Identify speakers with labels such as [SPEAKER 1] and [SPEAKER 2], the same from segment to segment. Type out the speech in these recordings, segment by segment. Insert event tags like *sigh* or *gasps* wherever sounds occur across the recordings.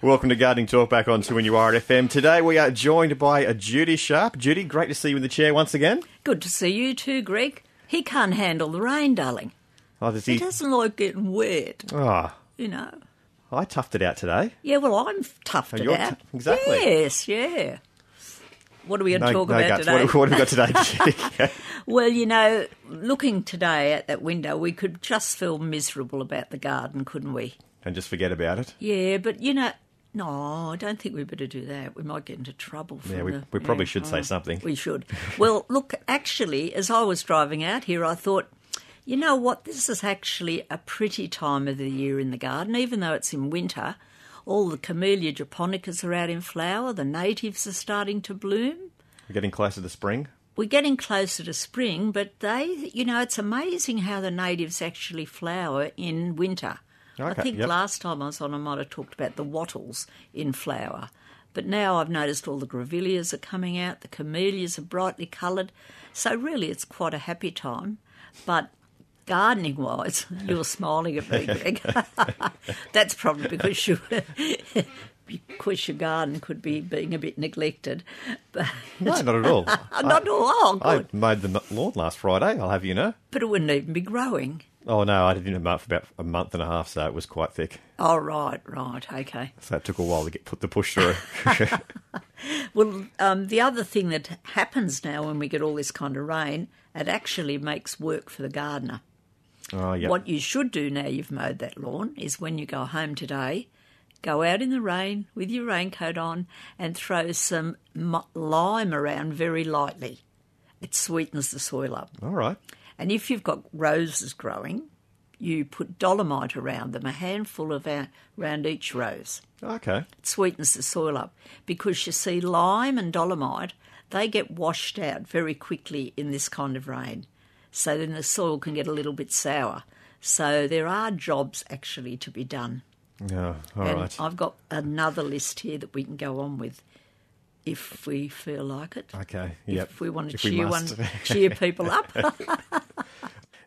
[SPEAKER 1] Welcome to Gardening Talk back on 2NUR FM. Today we are joined by a Judy Sharp. Judy, great to see you in the chair once again.
[SPEAKER 2] Good to see you too, Greg. He can't handle the rain, darling.
[SPEAKER 1] Oh, does
[SPEAKER 2] He
[SPEAKER 1] he?
[SPEAKER 2] doesn't like getting wet,
[SPEAKER 1] Oh,
[SPEAKER 2] you know.
[SPEAKER 1] I toughed it out today.
[SPEAKER 2] Yeah, well, I'm toughed
[SPEAKER 1] Oh,
[SPEAKER 2] it
[SPEAKER 1] you're
[SPEAKER 2] out.
[SPEAKER 1] t- exactly.
[SPEAKER 2] Yes, yeah. What are we going to
[SPEAKER 1] No,
[SPEAKER 2] talk
[SPEAKER 1] no
[SPEAKER 2] about
[SPEAKER 1] guts.
[SPEAKER 2] today?
[SPEAKER 1] What, what have we got
[SPEAKER 2] *laughs*
[SPEAKER 1] today, Judy?
[SPEAKER 2] Well, you know, looking today at that window, we could just feel miserable about the garden, couldn't we?
[SPEAKER 1] and just forget about it.
[SPEAKER 2] Yeah, but you know, no, I don't think we better do that. We might get into trouble. From
[SPEAKER 1] Yeah, we,
[SPEAKER 2] the-
[SPEAKER 1] we probably
[SPEAKER 2] yeah. oh,
[SPEAKER 1] should say something.
[SPEAKER 2] We should. Well, look, actually, as I was driving out here, I thought, you know what? This is actually a pretty time of the year in the garden, even though it's in winter. All the camellia japonicas are out in flower, the natives are starting to bloom.
[SPEAKER 1] We're getting closer to spring.
[SPEAKER 2] We're getting closer to spring, but they, you know, it's amazing how the natives actually flower in winter. I
[SPEAKER 1] Okay,
[SPEAKER 2] think
[SPEAKER 1] yep.
[SPEAKER 2] last time I was on, I might have talked about the wattles in flower. But now I've noticed all the grevilleas are coming out, the camellias are brightly coloured. So really, it's quite a happy time. But gardening wise, *laughs* you're smiling at me, Greg. *laughs* That's probably because you. *laughs* Because your garden could be being a bit neglected, but
[SPEAKER 1] No, not at all.
[SPEAKER 2] *laughs* not all. Oh, good.
[SPEAKER 1] I mowed the lawn last Friday, I'll have you know.
[SPEAKER 2] But it wouldn't even be growing.
[SPEAKER 1] Oh, no, I didn't mow it for about a month and a half, so it was quite thick.
[SPEAKER 2] Oh, right, right, okay.
[SPEAKER 1] So it took a while to get put the push
[SPEAKER 2] *laughs*
[SPEAKER 1] through. *laughs*
[SPEAKER 2] Well, um, the other thing that happens now when we get all this kind of rain, it actually makes work for the gardener.
[SPEAKER 1] oh, yeah.
[SPEAKER 2] What you should do now you've mowed that lawn is when you go home today, go out in the rain with your raincoat on and throw some mu- lime around very lightly. It sweetens the soil up.
[SPEAKER 1] All right.
[SPEAKER 2] And if you've got roses growing, you put dolomite around them, a handful of our, around each rose.
[SPEAKER 1] Okay.
[SPEAKER 2] It sweetens the soil up because you see lime and dolomite they get washed out very quickly in this kind of rain so then the soil can get a little bit sour so there are jobs actually to be done
[SPEAKER 1] Yeah, all right.
[SPEAKER 2] and i've got another list here that we can go on with if we feel like it
[SPEAKER 1] Okay. Yep.
[SPEAKER 2] if we want to
[SPEAKER 1] If we
[SPEAKER 2] cheer one
[SPEAKER 1] must.
[SPEAKER 2] cheer
[SPEAKER 1] *laughs*
[SPEAKER 2] people up *laughs*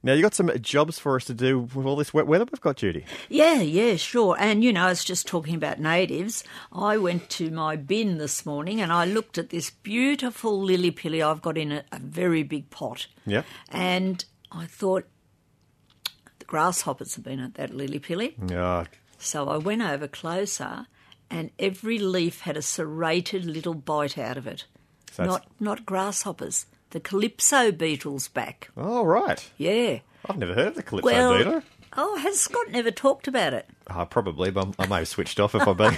[SPEAKER 1] Now you got some jobs for us to do with all this wet weather we've got,
[SPEAKER 2] *laughs*
[SPEAKER 1] Judy.
[SPEAKER 2] Yeah, yeah, sure. And you know, I was just talking about natives. I went to my bin this morning and I looked at this beautiful lily pilly I've got in a, a very big pot.
[SPEAKER 1] Yep.
[SPEAKER 2] And I thought the grasshoppers have been at that lily pilly.
[SPEAKER 1] Yeah.
[SPEAKER 2] So I went over closer and every leaf had a serrated little bite out of it.
[SPEAKER 1] So it's-
[SPEAKER 2] not not grasshoppers. The calypso beetle's back.
[SPEAKER 1] All Oh, right.
[SPEAKER 2] Yeah.
[SPEAKER 1] I've never heard of the Calypso
[SPEAKER 2] Well,
[SPEAKER 1] Beetle.
[SPEAKER 2] oh, has Scott never talked about it?
[SPEAKER 1] Uh, probably, but I'm- I may have switched off if I'm
[SPEAKER 2] *laughs*
[SPEAKER 1] being.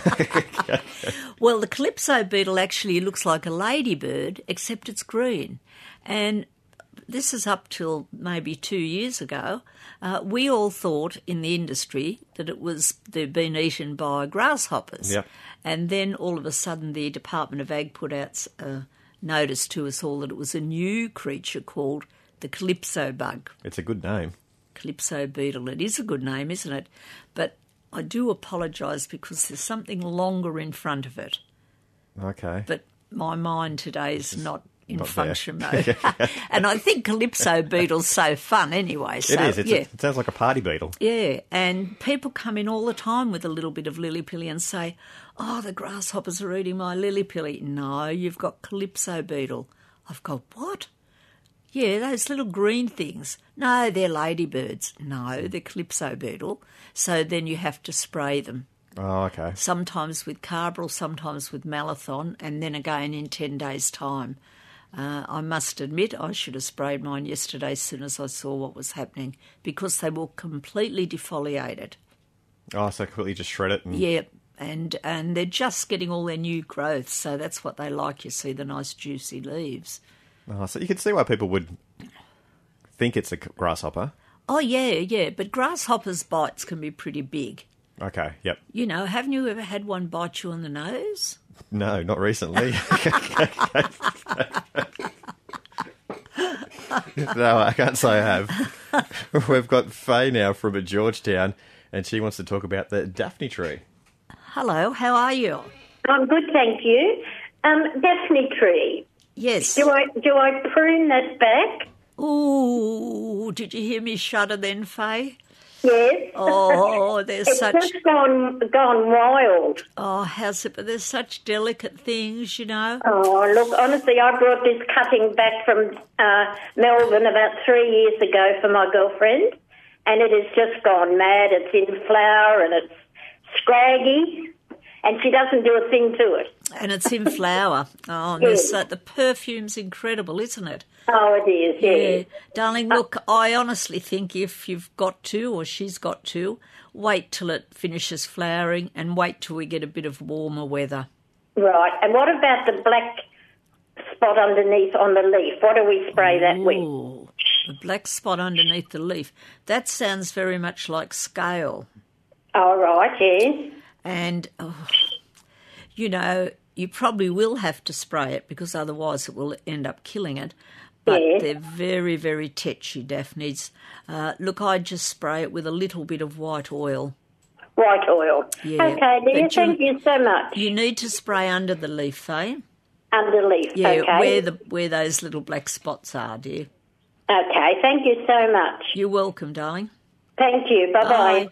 [SPEAKER 2] Well, the calypso beetle actually looks like a ladybird, except it's green. And this is up till maybe two years ago. Uh, we all thought in the industry that it was they'd been eaten by grasshoppers.
[SPEAKER 1] Yep.
[SPEAKER 2] And then all of a sudden, the Department of Ag put out a notice to us all that it was a new creature called the calypso bug.
[SPEAKER 1] it's a good name.
[SPEAKER 2] Calypso beetle. It is a good name, isn't it? But I do apologise because there's something longer in front of it
[SPEAKER 1] Okay.
[SPEAKER 2] but my mind today is not in
[SPEAKER 1] not there. *laughs*
[SPEAKER 2] function mode. and I think Calypso Beetle's so fun anyway. *laughs* So,
[SPEAKER 1] it is. It's
[SPEAKER 2] yeah.
[SPEAKER 1] a, it sounds like a party beetle.
[SPEAKER 2] yeah, and people come in all the time with a little bit of lily pilly and say, "Oh, the grasshoppers are eating my lily pilly." No, you've got calypso beetle. I've got what? Yeah, those little green things. No, they're ladybirds. No, they're calypso beetle. So then you have to spray them
[SPEAKER 1] Oh, okay.
[SPEAKER 2] sometimes with Carbaryl, sometimes with Malathon, and then again in 10 days' time. Uh, I must admit, I should have sprayed mine yesterday as soon as I saw what was happening because they were completely defoliated.
[SPEAKER 1] Oh, so quickly just shred it and
[SPEAKER 2] Yeah, and, and they're just getting all their new growth, so that's what they like. You see the nice juicy leaves.
[SPEAKER 1] oh, so you can see why people would think it's a c- grasshopper.
[SPEAKER 2] Oh, yeah, yeah, but grasshoppers' bites can be pretty big.
[SPEAKER 1] Okay. Yep.
[SPEAKER 2] You know, haven't you ever had one bite you on the nose?
[SPEAKER 1] No, not recently. *laughs* no, I can't say I have. *laughs* We've got Faye now from Georgetown, and she wants to talk about the Daphne tree.
[SPEAKER 2] Hello, how are you?
[SPEAKER 3] I'm good, thank you. Um, Daphne tree.
[SPEAKER 2] Yes.
[SPEAKER 3] Do I do I prune that back?
[SPEAKER 2] Ooh, did you hear me shudder then, Faye?
[SPEAKER 3] Yes.
[SPEAKER 2] Oh, there's
[SPEAKER 3] it's
[SPEAKER 2] such
[SPEAKER 3] just gone gone wild.
[SPEAKER 2] oh, how's it? But there's such delicate things, you know.
[SPEAKER 3] Oh, look, honestly, I brought this cutting back from uh, Melbourne about three years ago for my girlfriend, and it has just gone mad. It's in flower and it's scraggy, and she doesn't do a thing to it.
[SPEAKER 2] And it's in flower. Oh, and there's so, the perfume's incredible, isn't it?
[SPEAKER 3] Oh, it is, yes. Uh,
[SPEAKER 2] Darling, look, I honestly think if you've got to, or she's got to, wait till it finishes flowering and wait till we get a bit of warmer weather.
[SPEAKER 3] Right. And what about the black spot underneath on the leaf? What do we spray that with?
[SPEAKER 2] Ooh, the black spot underneath the leaf. That sounds very much like scale.
[SPEAKER 3] All right, yes.
[SPEAKER 2] And, oh, you know, you probably will have to spray it because otherwise it will end up killing it. But
[SPEAKER 3] Yeah.
[SPEAKER 2] they're very, very tetchy, Daphnes. Uh, look, I just spray it with a little bit of white oil.
[SPEAKER 3] White oil.
[SPEAKER 2] Yeah.
[SPEAKER 3] Okay, dear,
[SPEAKER 2] But you-
[SPEAKER 3] thank you so much.
[SPEAKER 2] You need to spray under the leaf, Faye.
[SPEAKER 3] Under leaf,
[SPEAKER 2] Yeah,
[SPEAKER 3] okay.
[SPEAKER 2] where the where those little black spots are, dear.
[SPEAKER 3] Okay, thank you so much.
[SPEAKER 2] You're welcome, darling.
[SPEAKER 3] Thank you. Bye-bye.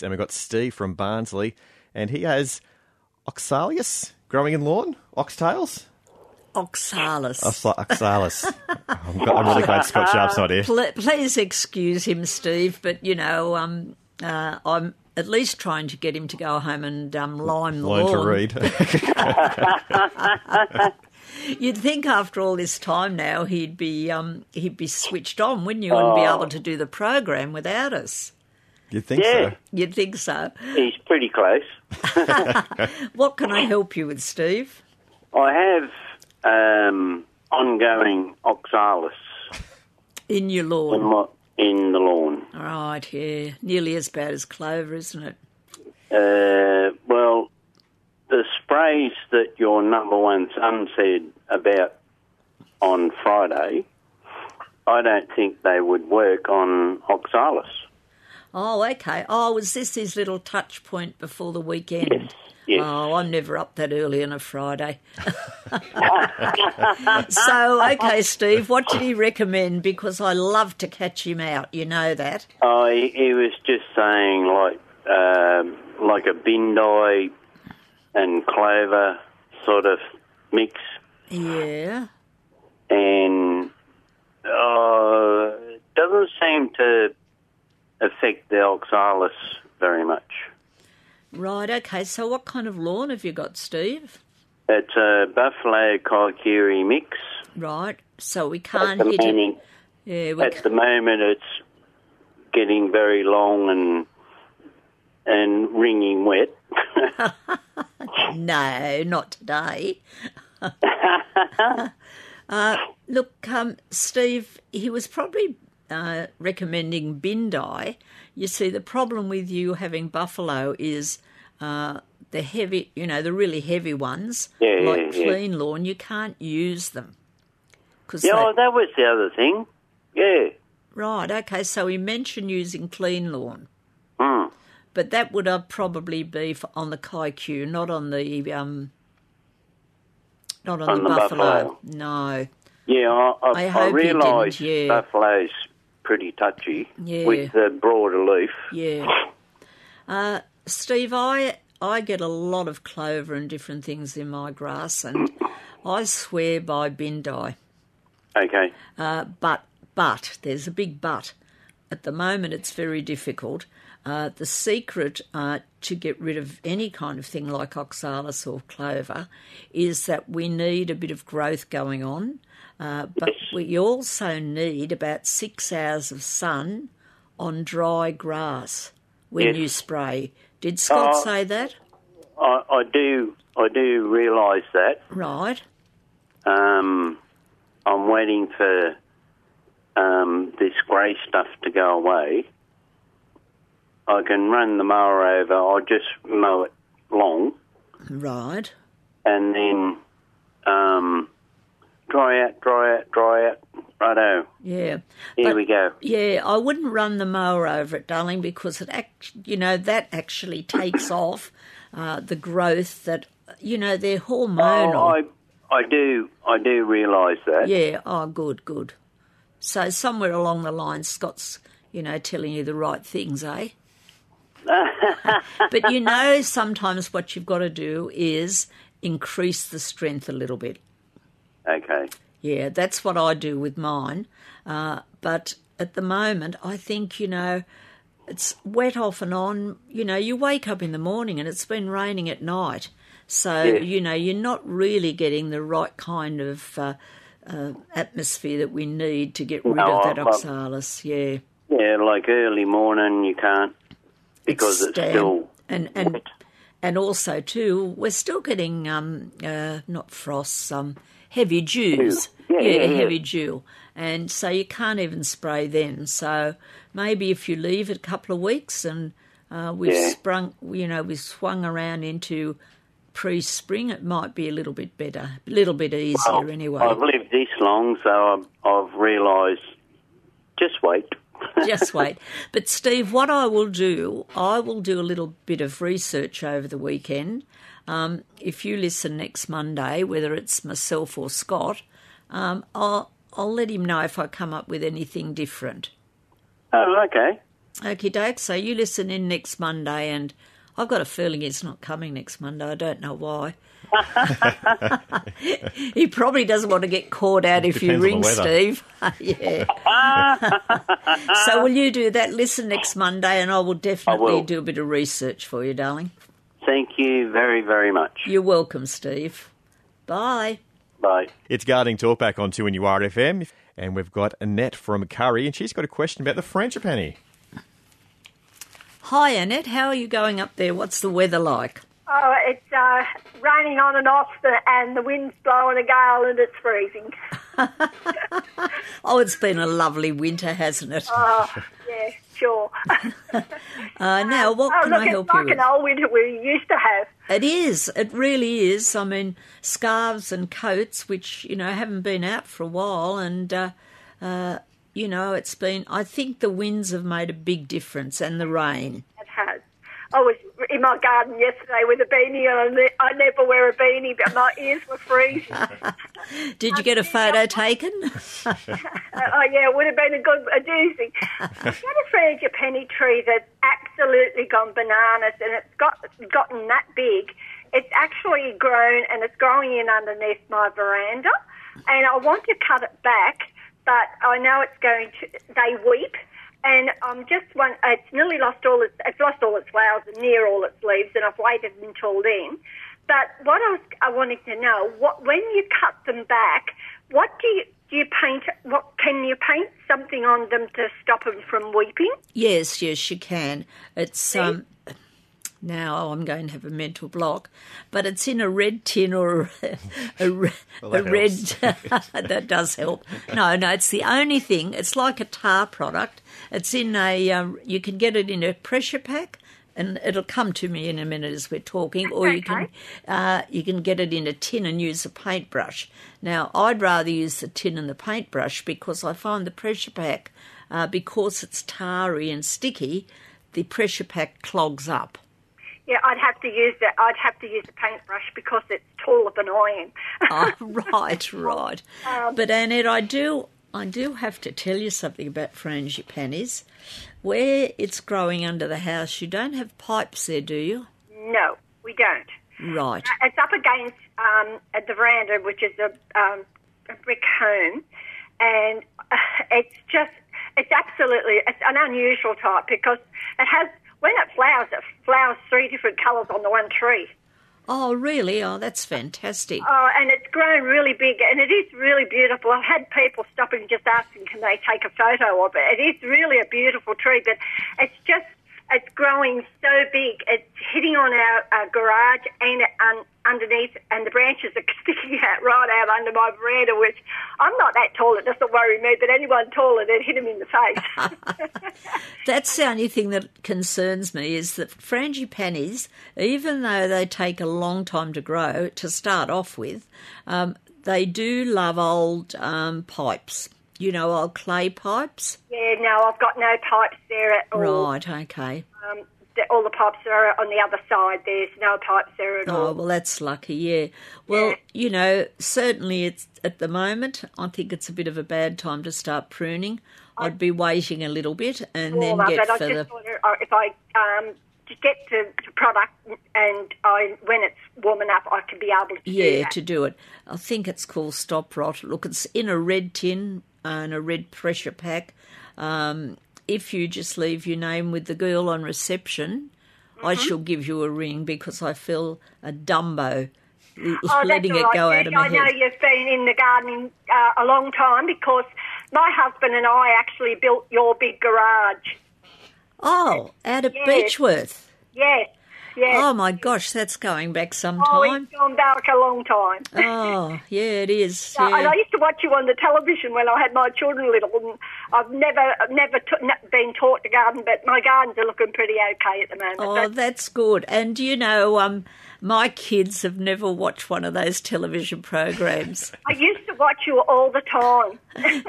[SPEAKER 1] And we've got Steve from Barnsley, and he has oxalis growing in lawn, oxtails.
[SPEAKER 2] Oxalis.
[SPEAKER 1] Oxla- Oxalis. *laughs* I'm, gl- I'm really glad Scott Sharp's not
[SPEAKER 2] *laughs*
[SPEAKER 1] here.
[SPEAKER 2] Pl- please excuse him, Steve, but you know, um, uh, I'm at least trying to get him to go home and um, lime the
[SPEAKER 1] Learn
[SPEAKER 2] lawn.
[SPEAKER 1] to read.
[SPEAKER 2] *laughs* You'd think after all this time now he'd be um, he'd be switched on, wouldn't you, and be
[SPEAKER 3] Oh.
[SPEAKER 2] able to do the program without us.
[SPEAKER 1] you think
[SPEAKER 4] Yeah.
[SPEAKER 1] so?
[SPEAKER 2] You'd think so.
[SPEAKER 4] He's pretty close.
[SPEAKER 2] What can I help you with, Steve?
[SPEAKER 4] I have um, ongoing oxalis
[SPEAKER 2] In your
[SPEAKER 4] in,
[SPEAKER 2] lawn.
[SPEAKER 4] my, in the lawn.
[SPEAKER 2] Right, yeah. Nearly as bad as clover, isn't it?
[SPEAKER 4] Uh, well, the sprays that your number one son said about on Friday, I don't think they would work on oxalis.
[SPEAKER 2] Oh, okay. Oh, was this his little touch point before the weekend?
[SPEAKER 4] Yes.
[SPEAKER 2] Oh, I'm never up that early on
[SPEAKER 4] *laughs*
[SPEAKER 2] a Friday. so, okay, Steve, what did he recommend? Because I love to catch him out, you know that.
[SPEAKER 4] I he was just saying like um, like a bindai and clover sort of mix,
[SPEAKER 2] Yeah.
[SPEAKER 4] and uh, it doesn't seem to affect the oxalis very much.
[SPEAKER 2] Right, okay. So, what kind of lawn have you got, Steve?
[SPEAKER 4] It's a buffalo kaikiri mix.
[SPEAKER 2] Right. So, we can't
[SPEAKER 4] At the
[SPEAKER 2] hit it.
[SPEAKER 4] moment,
[SPEAKER 2] Yeah, we
[SPEAKER 4] at the moment, it's getting very long and and wringing wet.
[SPEAKER 2] No,
[SPEAKER 4] *laughs*
[SPEAKER 2] not today. uh, look, um, Steve, he was probably uh, recommending Bindai. You see, the problem with you having buffalo is uh, the heavy, you know, the really heavy ones,
[SPEAKER 4] Yeah, yeah,
[SPEAKER 2] like
[SPEAKER 4] yeah.
[SPEAKER 2] clean lawn, you can't use them. 'Cause
[SPEAKER 4] yeah,
[SPEAKER 2] they-
[SPEAKER 4] oh, that was the other thing. Yeah.
[SPEAKER 2] Right, okay, so he mentioned using clean lawn.
[SPEAKER 4] Hmm,
[SPEAKER 2] But that would uh, probably be f on the Kaiku, not on the um, not on,
[SPEAKER 4] On
[SPEAKER 2] the,
[SPEAKER 4] the
[SPEAKER 2] buffalo.
[SPEAKER 4] buffalo.
[SPEAKER 2] No,
[SPEAKER 4] Yeah, I, I,
[SPEAKER 2] I
[SPEAKER 4] I,
[SPEAKER 2] hope you didn't,
[SPEAKER 4] realise
[SPEAKER 2] yeah.
[SPEAKER 4] Buffalo's pretty touchy
[SPEAKER 2] Yeah.
[SPEAKER 4] with the broader leaf.
[SPEAKER 2] yeah. Uh, Steve, I I get a lot of clover and different things in my grass, and I swear by Bindai.
[SPEAKER 4] Okay.
[SPEAKER 2] Uh, but but there's a big but. At the moment, it's very difficult. Uh, the secret uh, to get rid of any kind of thing like oxalis or clover is that we need a bit of growth going on, uh, but we also need about six hours of sun on dry grass when
[SPEAKER 4] Yes.
[SPEAKER 2] you spray. Did Scott
[SPEAKER 4] Uh,
[SPEAKER 2] say that?
[SPEAKER 4] I, I do I do realise that.
[SPEAKER 2] Right.
[SPEAKER 4] Um, I'm waiting for um, this grey stuff to go away. I can run the mower over. I'll just mow it long
[SPEAKER 2] Right.
[SPEAKER 4] and then um, dry out, dry out, dry out. Righto.
[SPEAKER 2] Yeah.
[SPEAKER 4] Here
[SPEAKER 2] But-
[SPEAKER 4] we go.
[SPEAKER 2] Yeah, I wouldn't run the mower over it, darling, because it act, you know that actually takes off uh, the growth that you know they're hormonal.
[SPEAKER 4] Oh, I, I do, I do realise that.
[SPEAKER 2] oh, Yeah, oh, good, good. So somewhere along the line, Scott's you know, telling you the right things, eh? but you know, sometimes what you've got to do is increase the strength a little bit.
[SPEAKER 4] Okay.
[SPEAKER 2] Yeah, that's what I do with mine. Uh, but at the moment, I think, you know, it's wet off and on. You know, you wake up in the morning and it's been raining at night. So,
[SPEAKER 4] Yeah.
[SPEAKER 2] you know, you're not really getting the right kind of uh, uh, atmosphere that we need to get rid
[SPEAKER 4] No,
[SPEAKER 2] of that
[SPEAKER 4] I'm-
[SPEAKER 2] oxalis. Yeah.
[SPEAKER 4] Yeah, like early morning, you can't because it's,
[SPEAKER 2] Stan.
[SPEAKER 4] still
[SPEAKER 2] and and
[SPEAKER 4] wet.
[SPEAKER 2] and also too, we're still getting um uh, not frosts, um heavy dews,
[SPEAKER 4] Yeah, yeah, yeah.
[SPEAKER 2] heavy dew, and so you can't even spray then. So maybe if you leave it a couple of weeks and uh, we've
[SPEAKER 4] Yeah.
[SPEAKER 2] sprung, you know, we've swung around into pre-spring, it might be a little bit better, a little bit easier
[SPEAKER 4] Well,
[SPEAKER 2] anyway.
[SPEAKER 4] I've lived this long, so I'm, I've realised just wait.
[SPEAKER 2] *laughs* just wait. But Steve, what I will do, I will do a little bit of research over the weekend. Um, if you listen next Monday, whether it's myself or Scott, um, I'll I'll let him know if I come up with anything different.
[SPEAKER 4] Oh, okay.
[SPEAKER 2] Okay, doke. So you listen in next Monday, and I've got a feeling it's not coming next Monday. I don't know why. *laughs* he probably doesn't want to get caught out if you
[SPEAKER 1] Depends on
[SPEAKER 2] ring,
[SPEAKER 1] the weather.
[SPEAKER 2] Steve. *laughs* yeah.
[SPEAKER 4] *laughs*
[SPEAKER 2] so will you do that? Listen next Monday, and I will definitely
[SPEAKER 4] will.
[SPEAKER 2] do a bit of research for you, darling.
[SPEAKER 4] Thank you very, very much.
[SPEAKER 2] You're welcome, Steve. Bye.
[SPEAKER 4] Bye.
[SPEAKER 1] It's Gardening Talk back on 2NUR FM. And we've got Annette from Curry, and she's got a question about the frangipani.
[SPEAKER 2] Hi, Annette. How are you going up there? What's the weather like?
[SPEAKER 5] Oh, it's uh, raining on and off, the, and the wind's blowing a gale, and it's freezing.
[SPEAKER 2] Oh, it's been a lovely winter, hasn't it?
[SPEAKER 5] Oh,
[SPEAKER 4] Ah.
[SPEAKER 5] Yeah, sure.
[SPEAKER 2] Uh, now, what
[SPEAKER 5] oh,
[SPEAKER 2] can
[SPEAKER 5] look,
[SPEAKER 2] I
[SPEAKER 5] it's
[SPEAKER 2] help you
[SPEAKER 5] like
[SPEAKER 2] with?
[SPEAKER 5] an old winter we used to have.
[SPEAKER 2] It is. It really is. I mean, scarves and coats, which you know haven't been out for a while, and uh, uh, you know it's been. I think the winds have made a big difference, and the rain.
[SPEAKER 5] It has. I was in my garden yesterday with a beanie on, and I never wear a beanie, but my ears were freezing. uh,
[SPEAKER 2] Did you get a photo taken?
[SPEAKER 5] *laughs* oh, yeah, it would have been a good a doozy. I've got a frangipani tree that's absolutely gone bananas, and it's got gotten that big. It's actually grown, and it's growing in underneath my veranda. And I want to cut it back, but I know it's going to. They weep, and I'm just one. It's nearly lost all its. It's lost all its flowers and near all its leaves, and I've waited until then. But what I was I wanted to know, what when you cut them back, what do you do? You paint what? Can you paint something on them to stop them from weeping?
[SPEAKER 2] yes, yes, you can. It's um. Now I'm going to have a mental block, but it's in a red tin or a, a, re- a
[SPEAKER 1] that
[SPEAKER 2] red. *laughs* that does help. No, no, it's the only thing. It's like a tar product. It's in a. Um, you can get it in a pressure pack, and it'll come to me in a minute as we're talking. Or you can, uh, you can get it in a tin and use a paintbrush. Now I'd rather use the tin and the paintbrush because I find the pressure pack, uh, because it's tarry and sticky, the pressure pack clogs up.
[SPEAKER 5] Yeah, I'd have to use the I'd have to use a paintbrush because it's taller than I am.
[SPEAKER 2] oh, right, right. but Annette, I do, I do have to tell you something about frangipanis. Where it's growing under the house, you don't have pipes there, do you?
[SPEAKER 5] no, we don't.
[SPEAKER 2] Right.
[SPEAKER 5] It's up against um, at the veranda, which is a, um, a brick home, and uh, it's just it's absolutely it's an unusual type because it has when it flowers it flowers three different colours on the one tree.
[SPEAKER 2] Oh, really? Oh, that's fantastic.
[SPEAKER 5] Oh, and it's grown really big, and it is really beautiful. I've had people stopping and just asking, can they take a photo of it? It is really a beautiful tree, but it's just it's growing so big. It's hitting on our, our garage and um, underneath, and the branches are *laughs* sticking out right out under my veranda. Which I'm not that tall; it doesn't worry me. But anyone taller, they'd hit him in the face.
[SPEAKER 2] That's the only thing that concerns me is that frangipanis, even though they take a long time to grow to start off with, um, they do love old um, pipes. You know, old clay pipes.
[SPEAKER 5] Oh. yeah, no, I've got no pipes there at all.
[SPEAKER 2] Right. Okay.
[SPEAKER 5] Um, the, all the pipes are on the other side. There's no pipes there at
[SPEAKER 2] Oh,
[SPEAKER 5] all.
[SPEAKER 2] well, that's lucky, yeah. Well,
[SPEAKER 5] Yeah.
[SPEAKER 2] you know, certainly it's at the moment, I think it's a bit of a bad time to start pruning. I'd be waiting a little bit and then
[SPEAKER 5] Oh, Well,
[SPEAKER 2] get
[SPEAKER 5] but I
[SPEAKER 2] further.
[SPEAKER 5] just want to, if I um, to get the, the product and I when it's warm enough, I can be able to do
[SPEAKER 2] Yeah,
[SPEAKER 5] that.
[SPEAKER 2] to do it. I think it's called Stop Rot. Look, it's in a red tin and a red pressure pack. Um, if you just leave your name with the girl on reception,
[SPEAKER 5] Mm-hmm.
[SPEAKER 2] I shall give you a ring because I feel a dumbo l-
[SPEAKER 5] Oh, that's
[SPEAKER 2] letting
[SPEAKER 5] all
[SPEAKER 2] it
[SPEAKER 5] right,
[SPEAKER 2] go out
[SPEAKER 5] Judy.
[SPEAKER 2] of my
[SPEAKER 5] I know
[SPEAKER 2] head.
[SPEAKER 5] you've been in the gardening uh, a long time because my husband and I actually built your big garage.
[SPEAKER 2] Oh, out of
[SPEAKER 5] Yes.
[SPEAKER 2] Beechworth.
[SPEAKER 5] Yes, yes.
[SPEAKER 2] Oh my gosh, that's going back some
[SPEAKER 5] Oh, it's
[SPEAKER 2] time.
[SPEAKER 5] gone back a long time. *laughs*
[SPEAKER 2] Oh, yeah, it is.
[SPEAKER 5] Uh, And
[SPEAKER 2] Yeah.
[SPEAKER 5] I used to watch you on the television when I had my children little. And I've never, I've never t- n- been taught to garden, but my gardens are looking pretty okay at the moment.
[SPEAKER 2] Oh,
[SPEAKER 5] But-
[SPEAKER 2] that's good. And you know, um, my kids have never watched one of those television
[SPEAKER 5] *laughs*
[SPEAKER 2] programs.
[SPEAKER 5] I used to watch you all the time.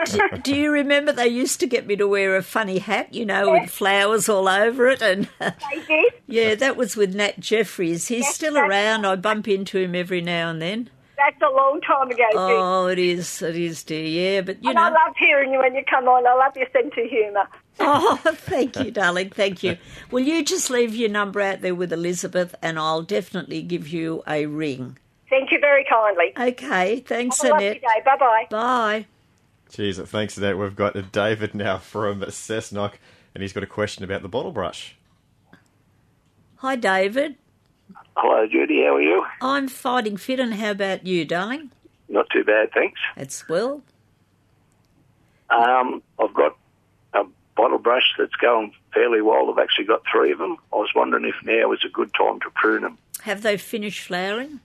[SPEAKER 2] do, do *laughs* you remember they used to get me to wear a funny hat, you know, with flowers all over it? And *laughs*
[SPEAKER 5] They did.
[SPEAKER 2] yeah, that was with Nat Jeffries. He's still
[SPEAKER 5] that's-
[SPEAKER 2] around. I bump into him every now and then.
[SPEAKER 5] That's a long time ago. Judy.
[SPEAKER 2] Oh, it is, it is, dear. Yeah, but you
[SPEAKER 5] and
[SPEAKER 2] *laughs*
[SPEAKER 5] I
[SPEAKER 2] know.
[SPEAKER 5] love hearing you when you come on. I love your sense of humour.
[SPEAKER 2] Oh, thank you, darling. Thank you. Will you just leave your number out there with Elizabeth and I'll definitely give you a ring. Thank
[SPEAKER 5] you very kindly.
[SPEAKER 2] Okay, thanks,
[SPEAKER 5] Have a lovely
[SPEAKER 2] Annette.
[SPEAKER 5] day. Bye-bye.
[SPEAKER 2] Bye.
[SPEAKER 1] Jeez, thanks to that, we've got David now from Cessnock, and he's got a question about the bottle brush.
[SPEAKER 2] Hi, David.
[SPEAKER 6] Hello, Judy. How are you?
[SPEAKER 2] I'm fighting fit, and how about you, darling?
[SPEAKER 6] Not too bad, thanks.
[SPEAKER 2] It's Will.
[SPEAKER 6] Um, I've got a bottle brush that's going fairly well. I've actually got three of them. I was wondering if now is a good time to prune them.
[SPEAKER 2] Have they finished flowering?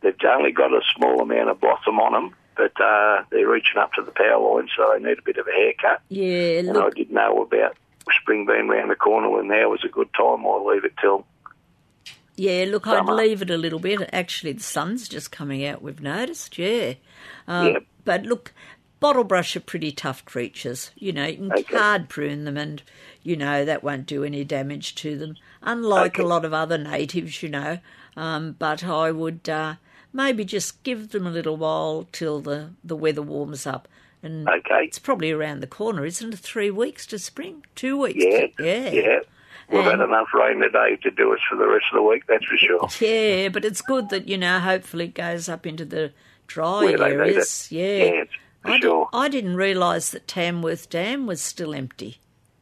[SPEAKER 6] They've only got a small amount of blossom on them, but uh, they're reaching up to the power line, so they need a bit of a haircut.
[SPEAKER 2] Yeah,
[SPEAKER 6] And I
[SPEAKER 2] look,
[SPEAKER 6] didn't know about spring being round the corner when now is a good time. I'll leave it till
[SPEAKER 2] yeah, look, I'd
[SPEAKER 6] summer.
[SPEAKER 2] leave it a little bit. Actually, the sun's just coming out, we've noticed, yeah. Um,
[SPEAKER 6] Yeah.
[SPEAKER 2] But look, bottle brush are pretty tough creatures. You know, you can
[SPEAKER 6] Okay.
[SPEAKER 2] card prune them and, you know, that won't do any damage to them, unlike a
[SPEAKER 6] Okay.
[SPEAKER 2] lot of other natives, you know. Um, but I would uh, maybe just give them a little while till the, the weather warms up. And
[SPEAKER 6] Okay.
[SPEAKER 2] it's probably around the corner, isn't it? Three weeks to spring? Two weeks?
[SPEAKER 6] yeah,
[SPEAKER 2] to- yeah.
[SPEAKER 6] yeah. We've had
[SPEAKER 2] And-
[SPEAKER 6] enough rain today to do us for the rest of the week, that's for sure.
[SPEAKER 2] Yeah, but it's good that you know. Hopefully, it goes up into the dry
[SPEAKER 6] Where they need it.
[SPEAKER 2] areas. Yeah,
[SPEAKER 6] Yeah, it's- for
[SPEAKER 2] I,
[SPEAKER 6] sure.
[SPEAKER 2] did, I didn't realise that Tamworth Dam was still empty,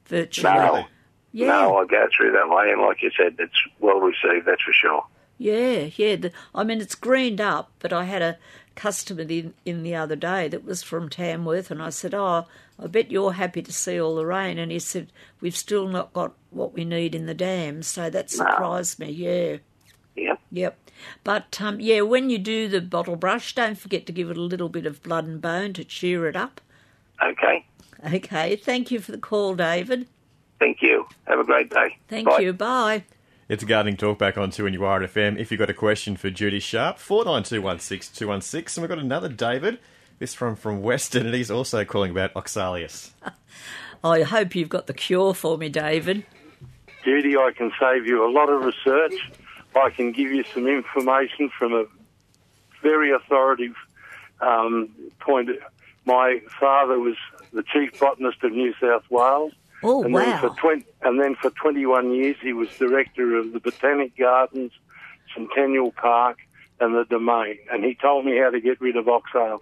[SPEAKER 2] virtually.
[SPEAKER 6] No.
[SPEAKER 2] Yeah,
[SPEAKER 6] No, I go through that way, and like you said, it's well received, that's for sure.
[SPEAKER 2] yeah, yeah. The- I mean, it's greened up, but I had a customer in, in the other day that was from Tamworth, and I said, "Oh, I bet you're happy to see all the rain." And he said, "We've still not got what we need in the dam," so that surprised me. Yeah.
[SPEAKER 6] Yeah.
[SPEAKER 2] Yep. But um, yeah, when you do the bottle brush, don't forget to give it a little bit of blood and bone to cheer it up.
[SPEAKER 6] Okay.
[SPEAKER 2] Okay. Thank you for the call, David.
[SPEAKER 6] Thank you. Have a great day.
[SPEAKER 2] Thank
[SPEAKER 6] Bye.
[SPEAKER 2] you. Bye.
[SPEAKER 1] It's Gardening Talk back on 2 and you are at FM. If you've got a question for Judy Sharp, 49216216. And we've got another David, this from from Western, and he's also calling about Oxalis.
[SPEAKER 2] I hope you've got the cure for me, David.
[SPEAKER 7] Judy, I can save you a lot of research. I can give you some information from a very authoritative um, point. My father was the chief botanist of New South Wales.
[SPEAKER 2] Oh,
[SPEAKER 7] and Then for
[SPEAKER 2] wow.
[SPEAKER 7] 20, and then for 21 years, he was director of the Botanic Gardens, Centennial Park, and the Domain. And he told me how to get rid of oxalis.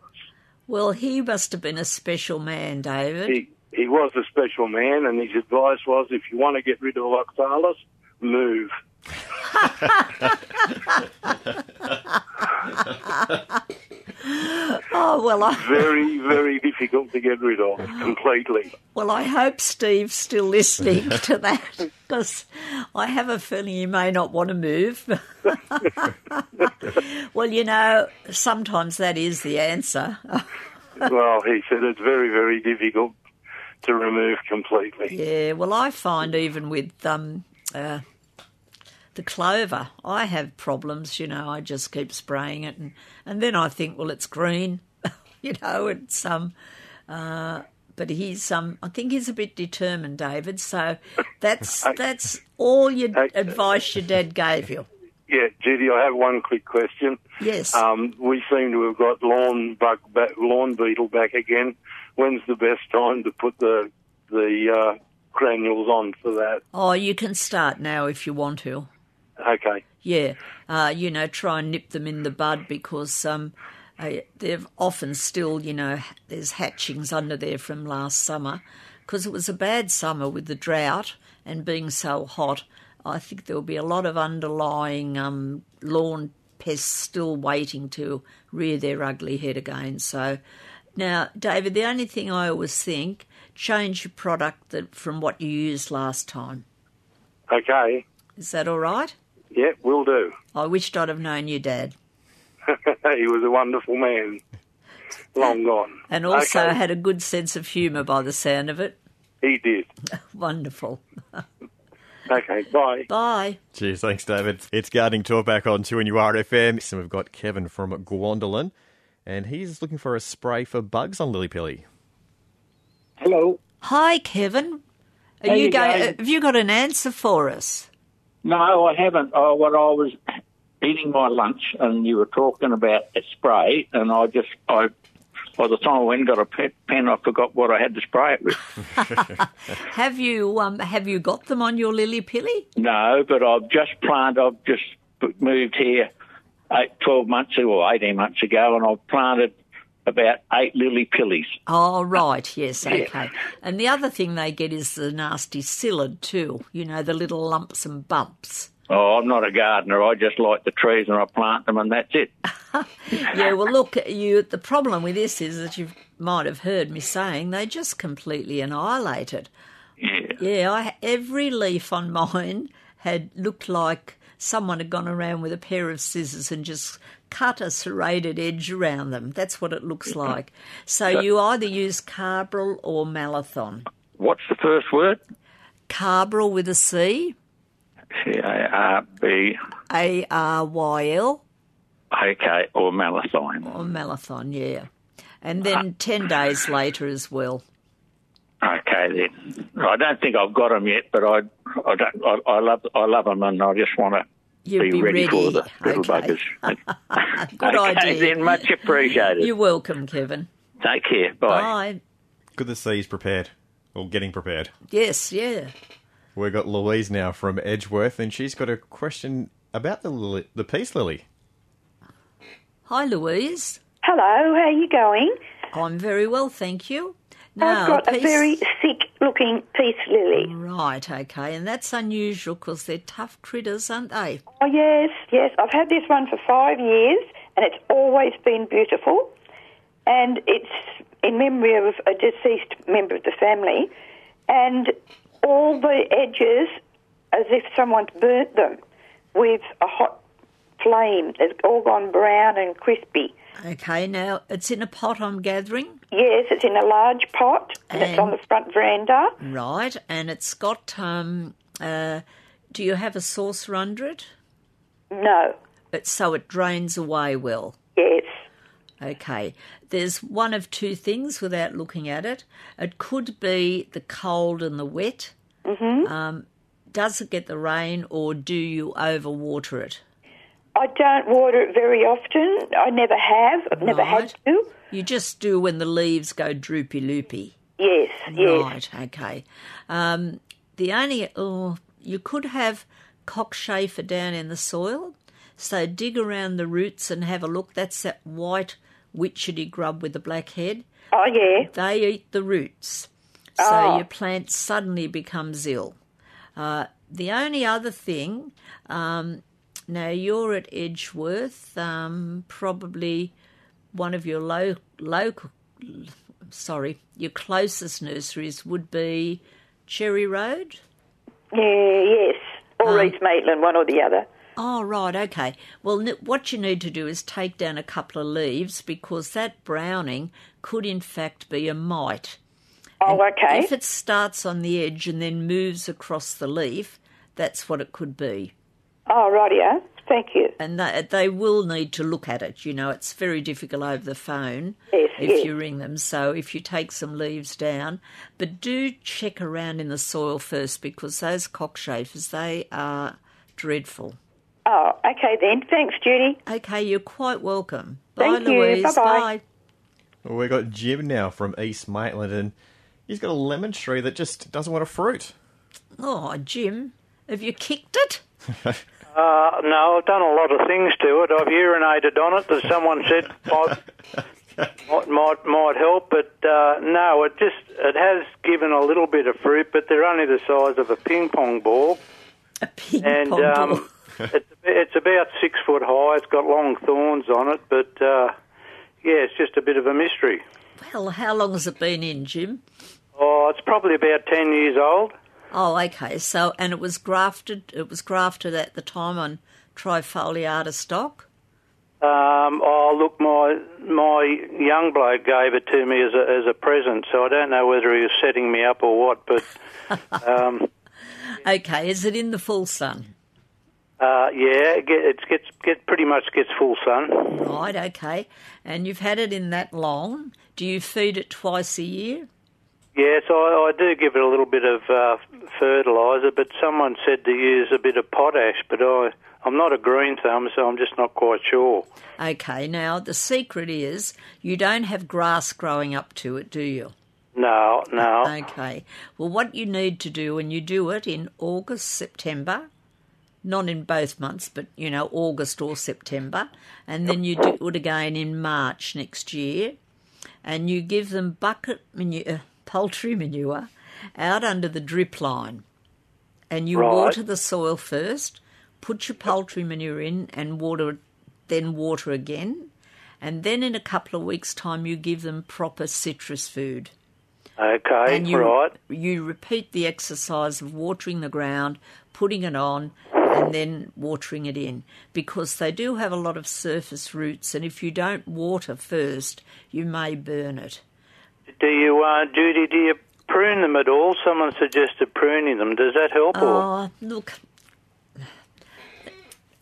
[SPEAKER 2] Well, he must have been a special man, David.
[SPEAKER 7] He, he was a special man, and his advice was if you want to get rid of oxalis, move.
[SPEAKER 2] *gasps* oh well, I
[SPEAKER 7] very, very difficult to get rid of completely.
[SPEAKER 2] well, I hope Steve's still listening to that because I have a feeling he may not want to move. *laughs* well, you know, sometimes that is the answer.
[SPEAKER 7] Well, he said it's very, very difficult to remove completely.
[SPEAKER 2] Yeah, well, I find even with um, uh, the clover, I have problems. You know, I just keep spraying it, *laughs* and, and then I think, well, it's green, you know, it's um, uh, But he's, um, I think he's a bit determined, David. So that's that's all your advice your dad gave you.
[SPEAKER 7] Yeah, Judy, I have one quick question.
[SPEAKER 2] Yes.
[SPEAKER 7] Um, we seem to have got lawn bug back, lawn beetle back again. When's the best time to put the the uh, granules on for that?
[SPEAKER 2] Oh, you can start now if you want to.
[SPEAKER 7] Okay.
[SPEAKER 2] Yeah, uh, you know, try and nip them in the bud because um, uh, they've often still, you know, h- there's hatchings under there from last summer because it was a bad summer with the drought and being so hot. I think there will be a lot of underlying um, lawn pests still waiting to rear their ugly head again. So now, David, the only thing I always think change your product that, from what you used last time.
[SPEAKER 7] Okay.
[SPEAKER 2] Is that all right?
[SPEAKER 7] Yeah, will do. *laughs*
[SPEAKER 2] I wished I'd have known your dad.
[SPEAKER 7] he was a wonderful man. Long gone.
[SPEAKER 2] And also
[SPEAKER 7] Okay.
[SPEAKER 2] had a good sense of humour by the sound of it. *laughs*
[SPEAKER 7] He did.
[SPEAKER 2] Wonderful.
[SPEAKER 7] Okay, bye.
[SPEAKER 2] Bye.
[SPEAKER 1] Cheers, thanks, David. It's Gardening Talk back on 2NURFM. And we've got Kevin from Gwandolin, and he's looking for a spray for bugs on Lily Pilly.
[SPEAKER 8] Hello.
[SPEAKER 2] Hi, Kevin. Are
[SPEAKER 8] How
[SPEAKER 2] you
[SPEAKER 8] you
[SPEAKER 2] go-
[SPEAKER 8] going?
[SPEAKER 2] Have you got an answer for us?
[SPEAKER 8] No, I haven't. Oh, well, I was eating my lunch and you were talking about a spray, and I just, I, by the time I went and got a pe- pen, I forgot what I had to spray it with.
[SPEAKER 2] Have you um, have you got them on your lily pilly?
[SPEAKER 8] no, but I've just planted, I've just p- moved here eight, 12 months ago, or 18 months ago, and I've planted about eight lily pillies.
[SPEAKER 2] Oh right, yes, okay. And the other thing they get is the nasty psyllid too. You know the little lumps and bumps.
[SPEAKER 8] Oh, I'm not a gardener. I just like the trees and I plant them and that's it.
[SPEAKER 2] Yeah. Well, look, you. The problem with this is that you might have heard me saying they just completely annihilate it.
[SPEAKER 8] Yeah.
[SPEAKER 2] *laughs* Yeah, I, every leaf on mine had looked like someone had gone around with a pair of scissors and just cut a serrated edge around them. That's what it looks like. So you either use Carbrel or Malathon.
[SPEAKER 8] What's the first word?
[SPEAKER 2] Carbrel with a C,
[SPEAKER 8] C-A-R-B.
[SPEAKER 2] A R Y L,
[SPEAKER 8] Okay, or malathine.
[SPEAKER 2] or Malathon, yeah. And then 10 days later as well.
[SPEAKER 8] Okay then. I don't think I've got them yet, but I, I don't. I, I love, I love them, and I just want to
[SPEAKER 2] You'll
[SPEAKER 8] be,
[SPEAKER 2] be
[SPEAKER 8] ready, for the
[SPEAKER 2] ready.
[SPEAKER 8] little
[SPEAKER 2] Okay.
[SPEAKER 8] buggers.
[SPEAKER 2] *laughs* Good
[SPEAKER 8] okay,
[SPEAKER 2] idea.
[SPEAKER 8] then. Much appreciated.
[SPEAKER 2] You're welcome, Kevin.
[SPEAKER 8] Take care.
[SPEAKER 2] Bye.
[SPEAKER 1] Good to see he's prepared, or getting prepared.
[SPEAKER 2] Yes, yeah.
[SPEAKER 1] We've got Louise now from Edgeworth, and she's got a question about the lily, the peace lily.
[SPEAKER 2] Hi, Louise.
[SPEAKER 9] Hello, how are you going?
[SPEAKER 2] I'm very well, thank you. Now,
[SPEAKER 9] I've got a
[SPEAKER 2] peace-
[SPEAKER 9] very sick looking peace lily.
[SPEAKER 2] Right, okay, and that's unusual because they're tough critters, aren't they?
[SPEAKER 9] Oh, yes, yes. I've had this one for five years and it's always been beautiful. And it's in memory of a deceased member of the family. And all the edges, as if someone's burnt them with a hot flame. It's all gone brown and crispy.
[SPEAKER 2] Okay, now it's in a pot I'm gathering,
[SPEAKER 9] Yes, it's in a large pot and, it's
[SPEAKER 2] And-
[SPEAKER 9] on the front veranda.
[SPEAKER 2] right? And it's got um, uh, do you have a saucer under it?
[SPEAKER 9] No,
[SPEAKER 2] It's so it drains away well.
[SPEAKER 9] yes.
[SPEAKER 2] Okay. There's one of two things without looking at it. It could be the cold and the wet. Mm-hmm. Um, does it get the rain, or do you overwater it?
[SPEAKER 9] I don't water it very often. I never have. I've never had
[SPEAKER 2] Right.
[SPEAKER 9] to.
[SPEAKER 2] You just do when the leaves go droopy loopy.
[SPEAKER 9] Yes, yes.
[SPEAKER 2] Right, okay. Um, the only, oh, you could have cockchafer down in the soil. So dig around the roots and have a look. That's that white witchetty grub with the black head.
[SPEAKER 9] Oh, yeah.
[SPEAKER 2] They eat the roots. So your plant suddenly becomes ill. Uh, the only other thing, um, now you're at Edgeworth, um, probably one of your low, local, sorry, your closest nurseries would be Cherry Road.
[SPEAKER 9] Yeah, yes. Or East Maitland, one or the other.
[SPEAKER 2] Oh, right, okay. Well, n- what you need to do is take down a couple of leaves because that browning could, in fact, be a mite.
[SPEAKER 9] Oh, okay.
[SPEAKER 2] If it starts on the edge and then moves across the leaf, that's what it could be.
[SPEAKER 9] Oh, rightio. Thank you.
[SPEAKER 2] And they, they will need to look at it. You know, it's very difficult over the phone
[SPEAKER 9] Yes,
[SPEAKER 2] if
[SPEAKER 9] yes.
[SPEAKER 2] you ring them. So if you take some leaves down, but do check around in the soil first because those cockchafers, they are dreadful.
[SPEAKER 9] Oh, okay then. Thanks, Judy.
[SPEAKER 2] Okay, you're quite welcome.
[SPEAKER 9] Thank
[SPEAKER 2] Bye,
[SPEAKER 9] you.
[SPEAKER 2] Louise.
[SPEAKER 9] Bye-bye.
[SPEAKER 2] Bye.
[SPEAKER 1] Well, we've got Jim now from East Maitland, and he's got a lemon tree that just doesn't want to fruit.
[SPEAKER 2] Oh, Jim, have you kicked it?
[SPEAKER 10] Uh, no, I've done a lot of things to it. I've urinated on it that someone said might, might, might, might help, but uh, no, it just it has given a little bit of fruit, but they're only the size of a ping pong ball.
[SPEAKER 2] A ping
[SPEAKER 10] and,
[SPEAKER 2] pong
[SPEAKER 10] um,
[SPEAKER 2] ball.
[SPEAKER 10] *laughs* it's, it's about six foot high. It's got long thorns on it, but uh, yeah, it's just a bit of a mystery.
[SPEAKER 2] Well, how long has it been in, Jim?
[SPEAKER 10] Oh, it's probably about ten years old.
[SPEAKER 2] Oh, okay. So, and it was grafted. It was grafted at the time on trifoliata stock.
[SPEAKER 10] Um, oh, look, my my young bloke gave it to me as a as a present, so I don't know whether he was setting me up or what.
[SPEAKER 2] *laughs*
[SPEAKER 10] But um,
[SPEAKER 2] Okay, is it in the full sun?
[SPEAKER 10] uh, yeah, it, get, it gets get pretty much gets full sun.
[SPEAKER 2] Right. Okay. And you've had it in that long. Do you feed it twice a year?
[SPEAKER 10] Yes, I, I do give it a little bit of uh, fertiliser, but someone said to use a bit of potash, but I I'm not a green thumb, so I'm just not quite sure.
[SPEAKER 2] Okay. Now the secret is you don't have grass growing up to it, do you?
[SPEAKER 10] No, no.
[SPEAKER 2] Okay. Well, what you need to do, and you do it in August, September, not in both months, but you know, August or September, and then you do it again in March next year, and you give them bucket manure, poultry manure out under the drip line, and you
[SPEAKER 10] Right.
[SPEAKER 2] water the soil first, put your poultry manure in, and water it, then water again. And then in a couple of weeks' time, you give them proper citrus food
[SPEAKER 10] Okay,
[SPEAKER 2] and you
[SPEAKER 10] right.
[SPEAKER 2] you repeat the exercise of watering the ground, putting it on, and then watering it in because they do have a lot of surface roots, and if you don't water first, you may burn it.
[SPEAKER 10] Do you, uh, Judy? Do you prune them at all? Someone suggested pruning them. Does that help? or?
[SPEAKER 2] Oh, look,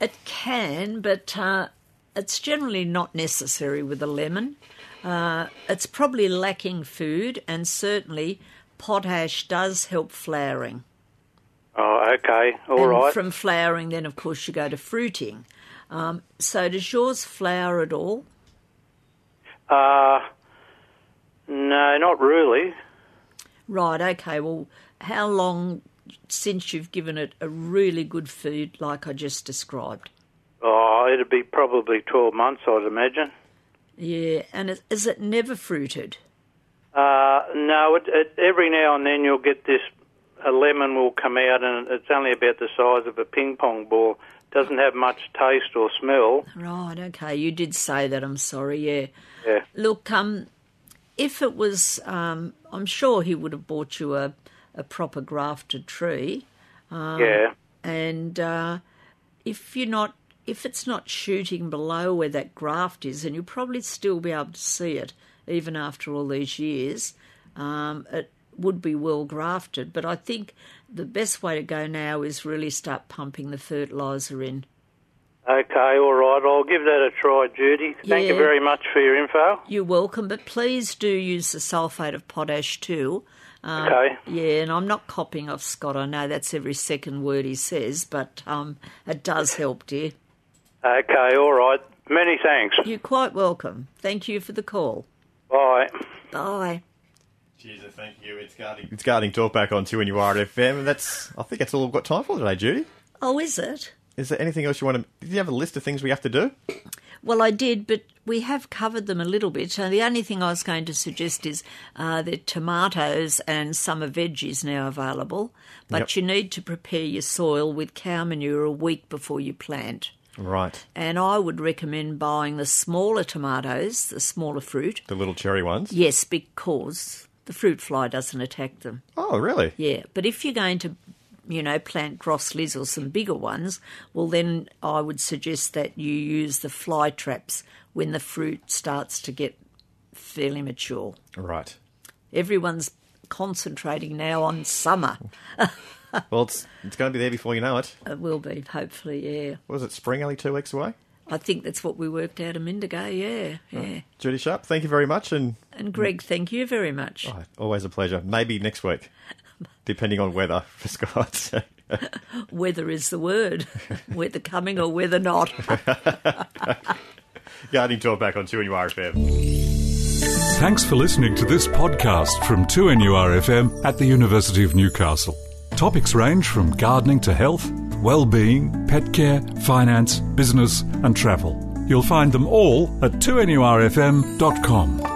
[SPEAKER 2] it can, but uh, it's generally not necessary with a lemon. Uh, it's probably lacking food, and certainly potash does help flowering.
[SPEAKER 10] Oh, okay. all
[SPEAKER 2] and
[SPEAKER 10] right.
[SPEAKER 2] From flowering, then of course you go to fruiting. Um, so does yours flower at all?
[SPEAKER 10] Uh, no, not really.
[SPEAKER 2] Right. Okay. Well, how long since you've given it a really good food like I just described?
[SPEAKER 10] Oh, it'd be probably 12 months, I'd imagine.
[SPEAKER 2] Yeah. And is- is it never fruited?
[SPEAKER 10] Uh, no, it, it, every now and then you'll get this, a lemon will come out and it's only about the size of a ping pong ball. Doesn't have much taste or smell.
[SPEAKER 2] Right. Okay. You did say that. I'm sorry. Yeah.
[SPEAKER 10] Yeah.
[SPEAKER 2] Look, um, if it was, um, I'm sure he would have bought you a, a proper grafted tree. um,
[SPEAKER 10] yeah.
[SPEAKER 2] and uh, if you're not if it's not shooting below where that graft is and you'll probably still be able to see it even after all these years um, it would be well grafted but i think the best way to go now is really start pumping the fertilizer in
[SPEAKER 10] Okay, all right. I'll give that a try, Judy. Thank you
[SPEAKER 2] Yeah.
[SPEAKER 10] very much for your info.
[SPEAKER 2] you're welcome but please do use the sulfate of potash too um,
[SPEAKER 10] Okay.
[SPEAKER 2] yeah and i'm not copying off scott i know that's every second word he says but um, it does help dear
[SPEAKER 10] Okay, all right. Many thanks.
[SPEAKER 2] you're quite welcome thank you for the call
[SPEAKER 10] Bye.
[SPEAKER 2] Bye.
[SPEAKER 1] Cheers, and thank you. It's guarding. It's guarding talk back on two and you are at FM. And that's. I think that's all we've got time for today, Judy.
[SPEAKER 2] Oh, is it?
[SPEAKER 1] Is there anything else you want to? Did you have a list of things we have to do?
[SPEAKER 2] Well, I did, but we have covered them a little bit. And the only thing I was going to suggest is uh, the tomatoes and summer veggies now available, but
[SPEAKER 1] Yep.
[SPEAKER 2] you need to prepare your soil with cow manure a week before you plant.
[SPEAKER 1] Right,
[SPEAKER 2] And I would recommend buying the smaller tomatoes, the smaller fruit.
[SPEAKER 1] the little cherry ones.
[SPEAKER 2] *laughs* Yes, because the fruit fly doesn't attack them.
[SPEAKER 1] Oh, really?
[SPEAKER 2] Yeah, but if you're going to, you know, plant grosslies or some bigger ones, well, then I would suggest that you use the fly traps when the fruit starts to get fairly mature.
[SPEAKER 1] Right.
[SPEAKER 2] Everyone's concentrating now on summer.
[SPEAKER 1] well, it's it's going to be there before you know it.
[SPEAKER 2] It will be, hopefully, yeah.
[SPEAKER 1] Was it spring only two weeks away?
[SPEAKER 2] I think that's what we worked out a minute ago, yeah, yeah.
[SPEAKER 1] Judy Sharp, thank you very much, and
[SPEAKER 2] And Greg, thank you very much.
[SPEAKER 1] oh, always a pleasure. Maybe next week, depending on weather for Scott. *laughs*
[SPEAKER 2] Weather is the word, *laughs* whether coming or
[SPEAKER 1] *laughs*
[SPEAKER 2] whether not.
[SPEAKER 1] Gardening talk back on two and RFM.
[SPEAKER 11] Thanks for listening to this podcast from 2NURFM at the University of Newcastle. Topics range from gardening to health, well-being, pet care, finance, business and travel. You'll find them all at 2NURFM.com.